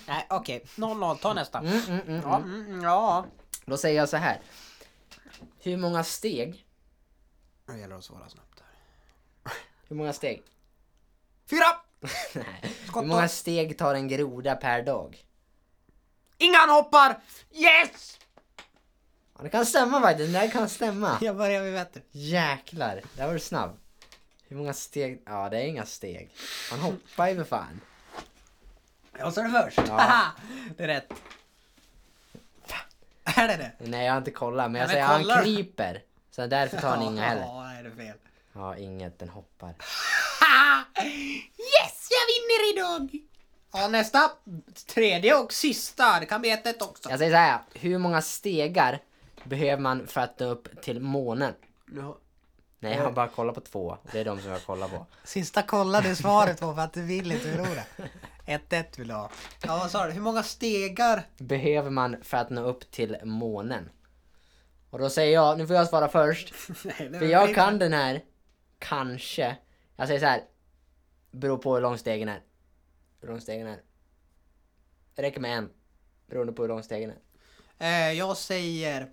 Speaker 2: Nej okej, 0-0, ta nästa.
Speaker 1: Mm, mm, mm,
Speaker 2: Ja,
Speaker 1: mm.
Speaker 2: mm, ja.
Speaker 1: Då säger jag så här. Hur många steg?
Speaker 2: Nu gäller det att svara snabbt här.
Speaker 1: Hur många steg? [laughs]
Speaker 2: Fyra!
Speaker 1: Nej. Hur
Speaker 2: Skott
Speaker 1: många
Speaker 2: då.
Speaker 1: steg tar en groda per dag?
Speaker 2: Inga hoppar! Yes!
Speaker 1: Ja, det kan stämma faktiskt, det där
Speaker 2: [laughs]
Speaker 1: kan stämma.
Speaker 2: Jag börjar med bättre.
Speaker 1: Jäklar, där var du snabb. Hur många steg? Ja, det är inga steg. Man hoppar ju för fan.
Speaker 2: Jag sa det först.
Speaker 1: Ja.
Speaker 2: det är rätt. Är det det?
Speaker 1: Nej, jag har inte kollat, men jag
Speaker 2: men
Speaker 1: säger
Speaker 2: kolla
Speaker 1: han
Speaker 2: då.
Speaker 1: kryper. Så därför tar han inga heller.
Speaker 2: [laughs] Ja, är det fel.
Speaker 1: Ja, inget, den hoppar.
Speaker 3: [laughs] Yes, jag vinner idag!
Speaker 2: Ja, nästa. Tredje och sista. Det kan bli 1-1 också.
Speaker 1: Jag säger så här, hur många stegar behöver man för att nå upp till månen? Nej, jag har bara kollat på två. Det är de som jag kollar på.
Speaker 2: Sista kollade svaret var för att du vill inte förlora. 1-1 vill du ha. Ja, vad sa du? Hur många stegar? [laughs]
Speaker 1: Behöver man för att nå upp till månen? Och då säger jag, nu får jag svara först. För jag kan den här, kanske. Jag säger så här. Beror på hur lång stegen är. Hur lång stegen är. Det räcker med en. Beroende på hur lång stegen är.
Speaker 2: Eh, jag säger...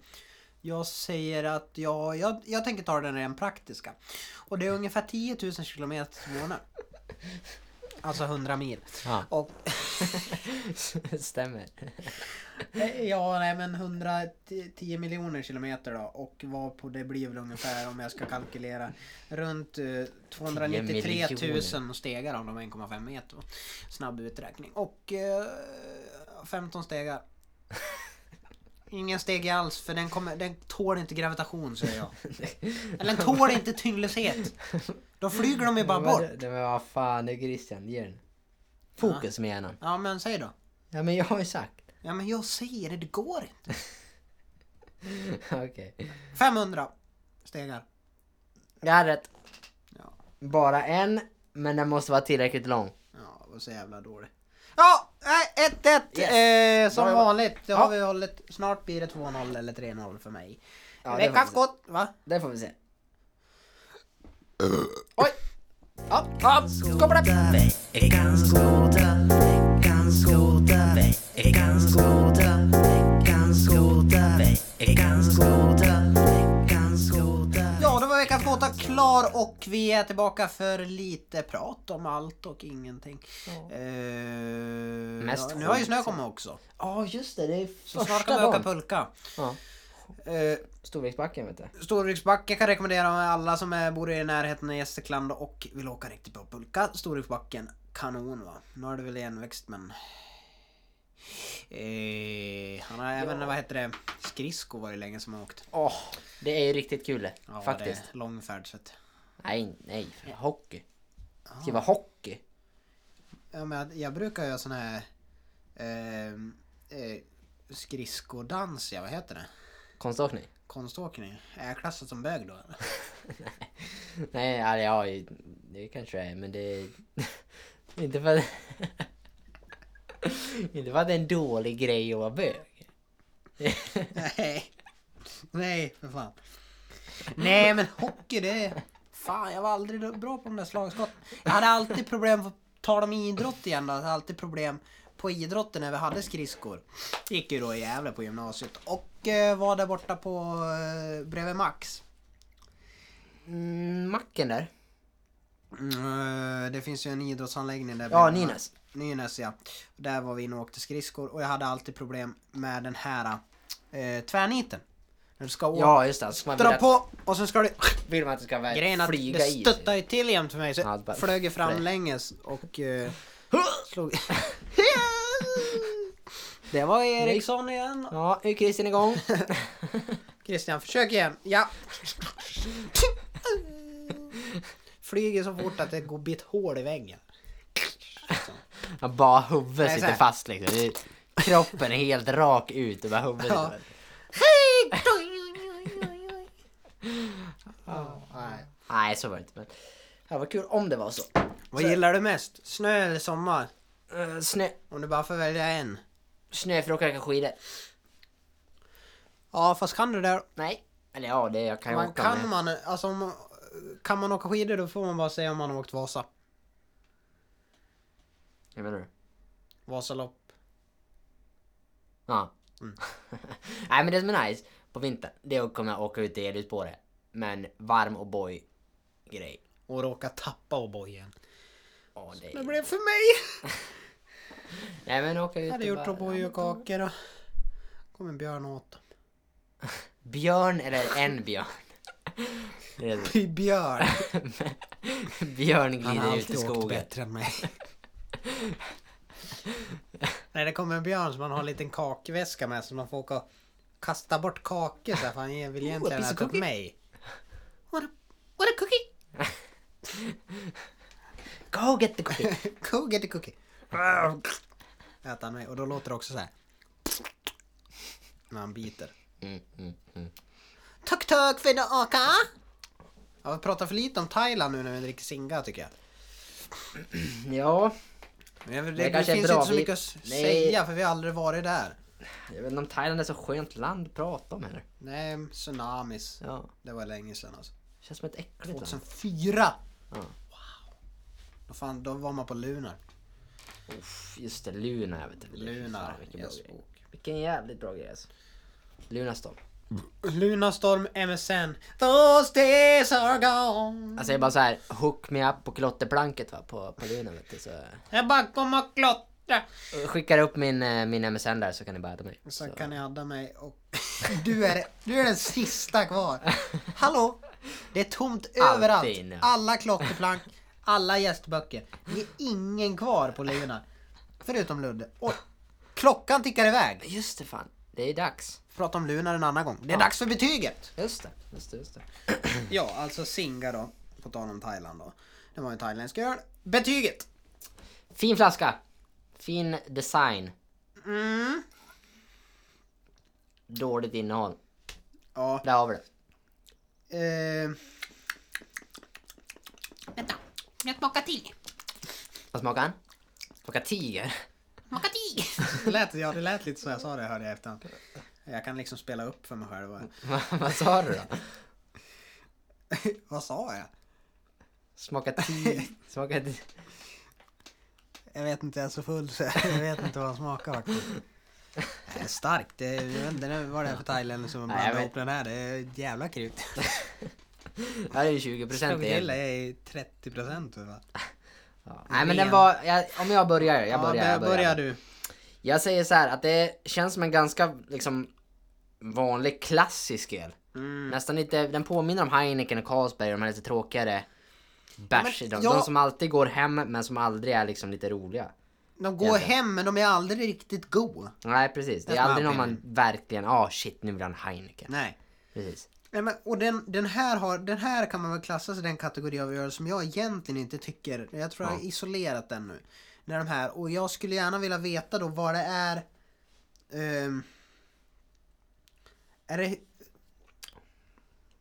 Speaker 2: Jag säger att jag, jag... Jag tänker ta den rent praktiska. Och det är ungefär 10 000 kilometer till månaden. Alltså 100 mil.
Speaker 1: Ja.
Speaker 2: Och...
Speaker 1: [laughs] Stämmer.
Speaker 2: Eh, Ja, nej men 110 miljoner kilometer då och vad på det blir väl ungefär om jag ska kalkylera runt eh, 293 000 stegar om de är 1,5 meter. Snabb uträkning. Och eh, 15 stegar.
Speaker 1: [laughs]
Speaker 2: Ingen steg alls för den, kommer, den tål inte gravitation säger
Speaker 1: [laughs]
Speaker 2: jag. Eller den tål inte tyngdlöshet. Då flyger de ju
Speaker 1: [laughs]
Speaker 2: bara bort.
Speaker 1: Men vad fan, nu Christian, ge den. Fokus med hjärnan.
Speaker 2: Ja men säg då.
Speaker 1: Ja men jag har ju sagt. [laughs]
Speaker 2: Ja men jag säger det, det går inte.
Speaker 1: Okej.
Speaker 2: 500 stegar.
Speaker 1: Jag hade rätt.
Speaker 2: Ja.
Speaker 1: Bara en, men den måste vara tillräckligt lång.
Speaker 2: Ja, var så jävla dålig. Ja, nej, 1-1
Speaker 1: Yes.
Speaker 2: eh, som
Speaker 1: Bra jobbat.
Speaker 2: vanligt. Det
Speaker 1: Ja.
Speaker 2: har vi hållit. Snart blir det 2-0 eller 3-0 för mig.
Speaker 1: Ja, det
Speaker 2: Veckans
Speaker 1: får vi
Speaker 2: skott, va?
Speaker 1: se. Det får vi se.
Speaker 2: Oj! Ja, ja skål på det!
Speaker 4: Veckans gåta, veckans gåta, veckans gåta, veckans gåta, veckans gåta, veckans gåta.
Speaker 2: Ja, då var veckans gåta klar och vi är tillbaka för lite prat om allt och ingenting. Eh,
Speaker 1: Mest
Speaker 2: ja, nu har ju
Speaker 1: skit.
Speaker 2: snö kommit också.
Speaker 1: Ja just det, det är
Speaker 2: Så snart kan vi åka pulka.
Speaker 1: Ja.
Speaker 2: Eh,
Speaker 1: Storviksbacken vet du.
Speaker 2: Storviksbacke kan jag rekommendera med alla som är, bor i närheten av Gästrikland och vill åka riktigt bra pulka. Storviksbacken, kanon va. Nu har det väl igenväxt men... Eh, han har även, vad heter det, skridsko var det länge som han åkt.
Speaker 1: Åh, det är ju riktigt kul det.
Speaker 2: Ja,
Speaker 1: faktiskt.
Speaker 2: Det är lång färdsvett.
Speaker 1: Nej, nej. för Hockey. Det ska vara hockey.
Speaker 2: Ja, men jag, jag brukar göra sån här... Eh, eh, skridskodans, ja vad heter det?
Speaker 1: Konståkning.
Speaker 2: Konståkning. Är jag klassad som bög då eller?
Speaker 1: [laughs] Nej, ja, ja, det kanske det är, men det är... [laughs] inte för att... [laughs] inte för att det är en dålig grej att vara bög.
Speaker 2: Nej. Nej, för fan. Nej, men hockey det... är- Fan, jag var aldrig bra på de där slagskotten. Jag hade alltid problem, på tal om idrott igen då, jag hade alltid problem på idrotten när vi hade skridskor. Gick ju då i Gävle på gymnasiet och eh, var där borta på eh, bredvid Max.
Speaker 1: Mm, macken där.
Speaker 2: Mm, eh, det finns ju en idrottsanläggning där.
Speaker 1: Ja,
Speaker 2: bredvid Max.
Speaker 1: Nynäs.
Speaker 2: Nynäs ja. Där var vi inne och åkte skridskor och jag hade alltid problem med den här eh, tvärniten. När du ska åka
Speaker 1: Ja, just det. Så man vill,
Speaker 2: Dra
Speaker 1: att,
Speaker 2: på och sen ska du...
Speaker 1: vill man att det ska vara
Speaker 2: Grejen är att
Speaker 1: flyga
Speaker 2: det
Speaker 1: i
Speaker 2: stöttar ju till jämt för mig så
Speaker 1: Ja, det
Speaker 2: jag
Speaker 1: bara-
Speaker 2: flög ju
Speaker 1: flä.
Speaker 2: framlänges och eh, slog...
Speaker 1: [laughs]
Speaker 2: det var Eriksson igen.
Speaker 1: Ja, nu är Christian igång.
Speaker 2: [laughs] Christian, försök igen.
Speaker 1: [laughs]
Speaker 2: Ja. Flyger så fort att det går bit hål i väggen.
Speaker 1: Ja, bara huvudet
Speaker 2: Nej, så
Speaker 1: sitter
Speaker 2: här.
Speaker 1: fast liksom. Det är, kroppen är helt rak ut och bara huvudet
Speaker 2: Ja.
Speaker 1: sitter fast.
Speaker 2: Nej.
Speaker 1: Nej, så var det inte. Men det var kul om det var så.
Speaker 2: Vad gillar du mest? Snö eller sommar?
Speaker 1: Eh, Snö,
Speaker 2: Om du bara får välja en.
Speaker 1: snö för att åka skidor.
Speaker 2: Ja, fast kan du det?
Speaker 1: Nej. Eller ja, det jag kan ju
Speaker 2: Man
Speaker 1: åka
Speaker 2: kan
Speaker 1: med.
Speaker 2: man, alltså om, kan man åka skidor då får man bara säga om man har åkt Vasa.
Speaker 1: Jag menar du?
Speaker 2: Vasalopp.
Speaker 1: Ja.
Speaker 2: Mm.
Speaker 1: [laughs] Nej men det som är nice på vintern, det är att kunna åka ut i elljusspåret. Men varm och boy grej.
Speaker 2: Och råka tappa O'boyen.
Speaker 1: Ja, det
Speaker 2: Det
Speaker 1: är...
Speaker 2: blev för mig!
Speaker 1: Nej men åka ut
Speaker 2: Jag hade
Speaker 1: och
Speaker 2: gjort
Speaker 1: bara-
Speaker 2: O'boy och kakor och... kom en björn och åt dem.
Speaker 1: Björn eller en björn. [laughs] Det [laughs] är så.
Speaker 2: Björn!
Speaker 1: björn
Speaker 2: Han har
Speaker 1: glider ut i
Speaker 2: alltid åkt
Speaker 1: skogen.
Speaker 2: bättre än mig. [laughs] Nej, det kommer en björn som man har en liten kakväska med så man får åka och kasta bort kakor så här, för han vill egentligen
Speaker 1: Oh, piece of
Speaker 2: äta upp
Speaker 1: cookie.
Speaker 2: mig.
Speaker 3: What a, what a cookie!
Speaker 1: Go get the cookie.
Speaker 2: Go get the cookie! Äter han mig och då låter det också så här. När han biter.
Speaker 1: Mm, mm, mm.
Speaker 2: Tack tack för att åka! Ja, vi pratar för lite om Thailand nu när vi dricker Singa tycker jag.
Speaker 1: [laughs] Ja,
Speaker 2: Men jag- det,
Speaker 1: det
Speaker 2: det,
Speaker 1: kanske är
Speaker 2: finns
Speaker 1: bra,
Speaker 2: inte så
Speaker 1: vi-
Speaker 2: mycket att s-
Speaker 1: Nej.
Speaker 2: säga för vi har aldrig varit där.
Speaker 1: jag vet inte om Thailand är så skönt land att prata om heller.
Speaker 2: Nej, tsunamis.
Speaker 1: Ja,
Speaker 2: Det var länge sedan alltså.
Speaker 1: känns som ett äckligt land.
Speaker 2: 2004!
Speaker 1: Ja.
Speaker 2: Då, fan, då var man på Lunar.
Speaker 1: Uff, just det, Luna jag vet inte.
Speaker 2: Lunar,
Speaker 1: Fan, vilken, bra
Speaker 2: yes,
Speaker 1: grej.
Speaker 2: bok.
Speaker 1: vilken jävligt bra grej alltså. Lunarstorm.
Speaker 2: Lunarstorm MSN. Those days are gone.
Speaker 1: Alltså jag är bara så här, hook me up på klotterplanket va, på, på Luna vet du. Så...
Speaker 2: Jag bara kom och klott.
Speaker 1: Skickar upp min, eh, min MSN där så kan ni bara adda mig.
Speaker 2: Så
Speaker 1: Så-
Speaker 2: kan ni adda mig och... [laughs]
Speaker 4: Du är, du är den sista kvar.
Speaker 1: [laughs]
Speaker 2: Hallå! Det är tomt
Speaker 1: Alltid
Speaker 2: överallt.
Speaker 1: inne.
Speaker 2: Alla
Speaker 1: [laughs]
Speaker 2: klockerplank, alla gästböcker. Det är ingen kvar på linorna. Förutom Ludde. Och klockan tickar iväg.
Speaker 1: Just det fan, det är dags.
Speaker 2: Prata om Lunar en annan gång. Det är dags för betyget!
Speaker 1: Just det, just det, just det. [clears throat] Mm.
Speaker 2: Ja, alltså Singa då. På tal om Thailand då. Det var en thailändsk öl. Betyget!
Speaker 1: Fin flaska. Fin design.
Speaker 2: Mm.
Speaker 1: Dåligt innehåll.
Speaker 2: Ja.
Speaker 1: Där har vi det.
Speaker 2: Eh,
Speaker 3: Vänta, jag smakar till.
Speaker 1: Vad smakar den? Smakar tiger. [laughs]
Speaker 3: Smaka till.
Speaker 2: det, lät, ja, det lät lite så jag sa det hörde jag efterhand. Jag kan liksom spela upp för mig själv.
Speaker 1: Va- Vad sa du då?
Speaker 2: [laughs] Vad sa jag?
Speaker 1: Smakar tiger. Smakar [laughs] ti-
Speaker 2: Jag vet inte, jag är så full så jag [laughs] vet inte vad han smakar faktiskt. Det är starkt, det, jag vet inte vad det är för thailändare som har
Speaker 1: Nej,
Speaker 2: blandat
Speaker 1: jag
Speaker 2: ihop den här. Det är ett jävla krut.
Speaker 1: Det här är ju 20
Speaker 2: [laughs]
Speaker 1: procent
Speaker 2: Krokodil
Speaker 1: igen.
Speaker 2: är 30 procent va?
Speaker 1: Ja. Nej men den
Speaker 2: Ren.
Speaker 1: var, jag, om jag börjar, jag börjar,
Speaker 2: ja, börjar,
Speaker 1: jag
Speaker 2: börjar
Speaker 1: börjar.
Speaker 2: du.
Speaker 1: Jag säger så här att det känns som en ganska liksom vanlig klassisk öl.
Speaker 2: Mm.
Speaker 1: Nästan lite, den påminner om Heineken och Carlsberg, de här lite tråkigare bärs
Speaker 2: men
Speaker 1: de,
Speaker 2: jag-
Speaker 1: de som alltid går hem men som aldrig är liksom lite roliga.
Speaker 2: De går
Speaker 1: Jävlar.
Speaker 2: hem men de är aldrig riktigt go.
Speaker 1: Nej precis, det är
Speaker 2: That's my
Speaker 1: aldrig någon man verkligen, ah shit nu blir han Heineken.
Speaker 2: Nej.
Speaker 1: Precis.
Speaker 2: Nej, men, och den, den, här har, den här kan man väl klassa som den kategori av öl som jag egentligen inte tycker. Jag tror jag har isolerat den nu. När de här, och jag skulle gärna vilja veta då vad det är. ehm, är det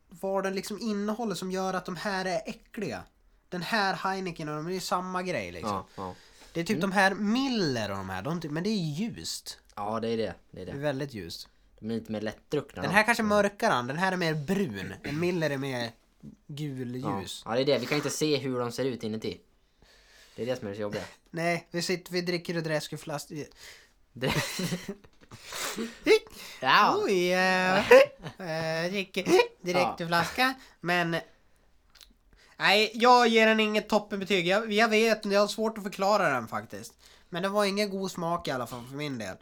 Speaker 2: vad den liksom innehåller som gör att de här är äckliga. Den här Heineken och de är ju samma grej liksom.
Speaker 1: Ja, Mm. ja.
Speaker 2: Det är typ de här Miller och de här, de, ty- men det är ljust.
Speaker 1: ja det är det. det, är
Speaker 2: Det är
Speaker 1: det.
Speaker 2: väldigt ljust.
Speaker 1: De är lite mer lättdruckna.
Speaker 2: Den
Speaker 1: de.
Speaker 2: här kanske mörkar han, den här är mer brun. En Miller är mer
Speaker 1: ja.
Speaker 2: gulljus.
Speaker 1: ja det är det, vi kan inte se hur de ser ut inuti. Det är det som är det så jobbiga.
Speaker 2: [laughs] Nej, vi sitter, vi dricker och dräsk ur flask.
Speaker 1: Det... ja.
Speaker 2: Oj! eh, eh, dricker direkt ur flaska. Men... Nej, jag ger den inget toppenbetyg. Jag, jag vet, jag har svårt att förklara den faktiskt. Men det var ingen god smak i alla fall för min del.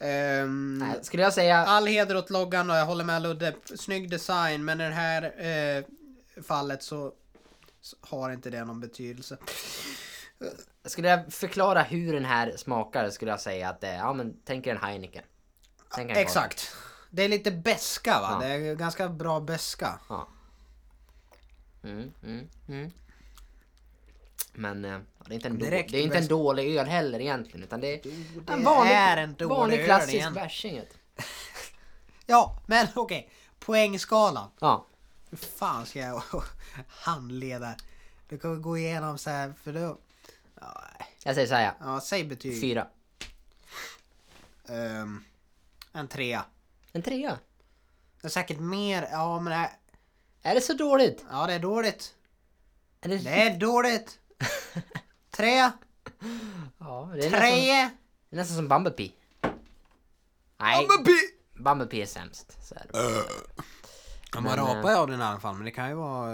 Speaker 2: Ehm,
Speaker 1: Nej, Eh, skulle jag säga
Speaker 2: All heder åt loggan och jag håller med Ludde. Snygg design men i det här eh, fallet så så har inte det någon betydelse.
Speaker 1: Skulle jag förklara hur den här smakar skulle jag säga att det är, ja men tänk er en Heineken. Tänk er en
Speaker 2: Exakt. Det är lite beska va?
Speaker 1: Ja.
Speaker 2: Det är ganska bra beska.
Speaker 1: Carlsberg. Ja. Mm, mm, mm. Men eh, ja, det är inte, en, då,
Speaker 2: Direkt
Speaker 1: det är inte en
Speaker 2: bäst-
Speaker 1: dålig öl heller egentligen utan det är
Speaker 2: det
Speaker 1: en vanlig,
Speaker 2: är en dålig
Speaker 1: vanlig
Speaker 2: öl
Speaker 1: klassisk
Speaker 2: egentligen.
Speaker 1: bärsing. vet du.
Speaker 2: Ja, men [laughs] okej. Poängskalan.
Speaker 1: Ja,
Speaker 2: Hur fan ska jag [laughs] handleda? Du kan gå igenom så här för då... Ja,
Speaker 1: jag säger så här ja.
Speaker 2: Ja, säg betyg.
Speaker 1: Fyra.
Speaker 2: Ehm, en trea.
Speaker 1: En trea.
Speaker 2: Det är säkert mer, ja men det här-
Speaker 1: Är det så dåligt?
Speaker 2: Ja det är dåligt.
Speaker 1: Är det...
Speaker 2: Det är
Speaker 1: [laughs]
Speaker 2: dåligt. Tre,
Speaker 1: Ja, det är nästan,
Speaker 2: tre.
Speaker 1: det är nästan som Bumblebee. Nej, Bumblebee är sämst. Så är det.
Speaker 2: Ja, man
Speaker 1: Men, eh,
Speaker 2: rapar ju av den i alla fall, men det kan ju vara...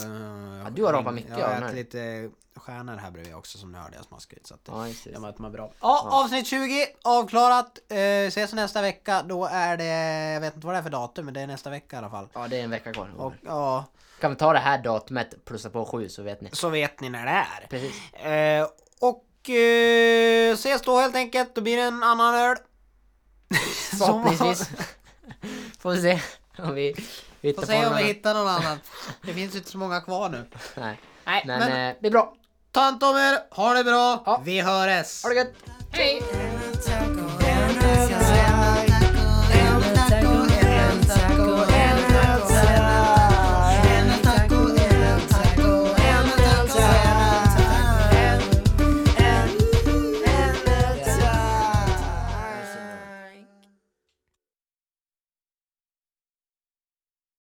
Speaker 2: ja,
Speaker 1: du har rapat mycket av
Speaker 2: Jag har
Speaker 1: den här.
Speaker 2: ätit lite stjärnor här bredvid också som ni hörde jag smaskade ut. Så att det,
Speaker 1: Ja, just det.
Speaker 2: det var att man bra. Ja, avsnitt 20 avklarat. Eh, ses nästa vecka. Då är det, jag vet inte vad det är för datum, men det är nästa vecka i alla fall.
Speaker 1: Ja, det är en vecka kvar.
Speaker 2: Och ja,
Speaker 1: Kan vi ta det här datumet, plussa på sju så vet ni.
Speaker 2: så vet ni när det är.
Speaker 1: Precis.
Speaker 2: Eh, och eh, ses då helt enkelt. Då blir det en annan öl. [laughs] Som-
Speaker 1: Förhoppningsvis. [laughs] Får vi se om vi vi hittar
Speaker 2: Får
Speaker 1: på
Speaker 2: se om vi
Speaker 1: någon
Speaker 2: hittar någon annan. Det finns ju inte så många kvar nu.
Speaker 1: annan. Nej.
Speaker 2: Nej,
Speaker 1: Men,
Speaker 2: men
Speaker 1: eh, det är bra.
Speaker 2: ta hand om er. Ha det bra.
Speaker 1: Ja.
Speaker 2: Vi höres.
Speaker 1: Ha det gött.
Speaker 3: Hej!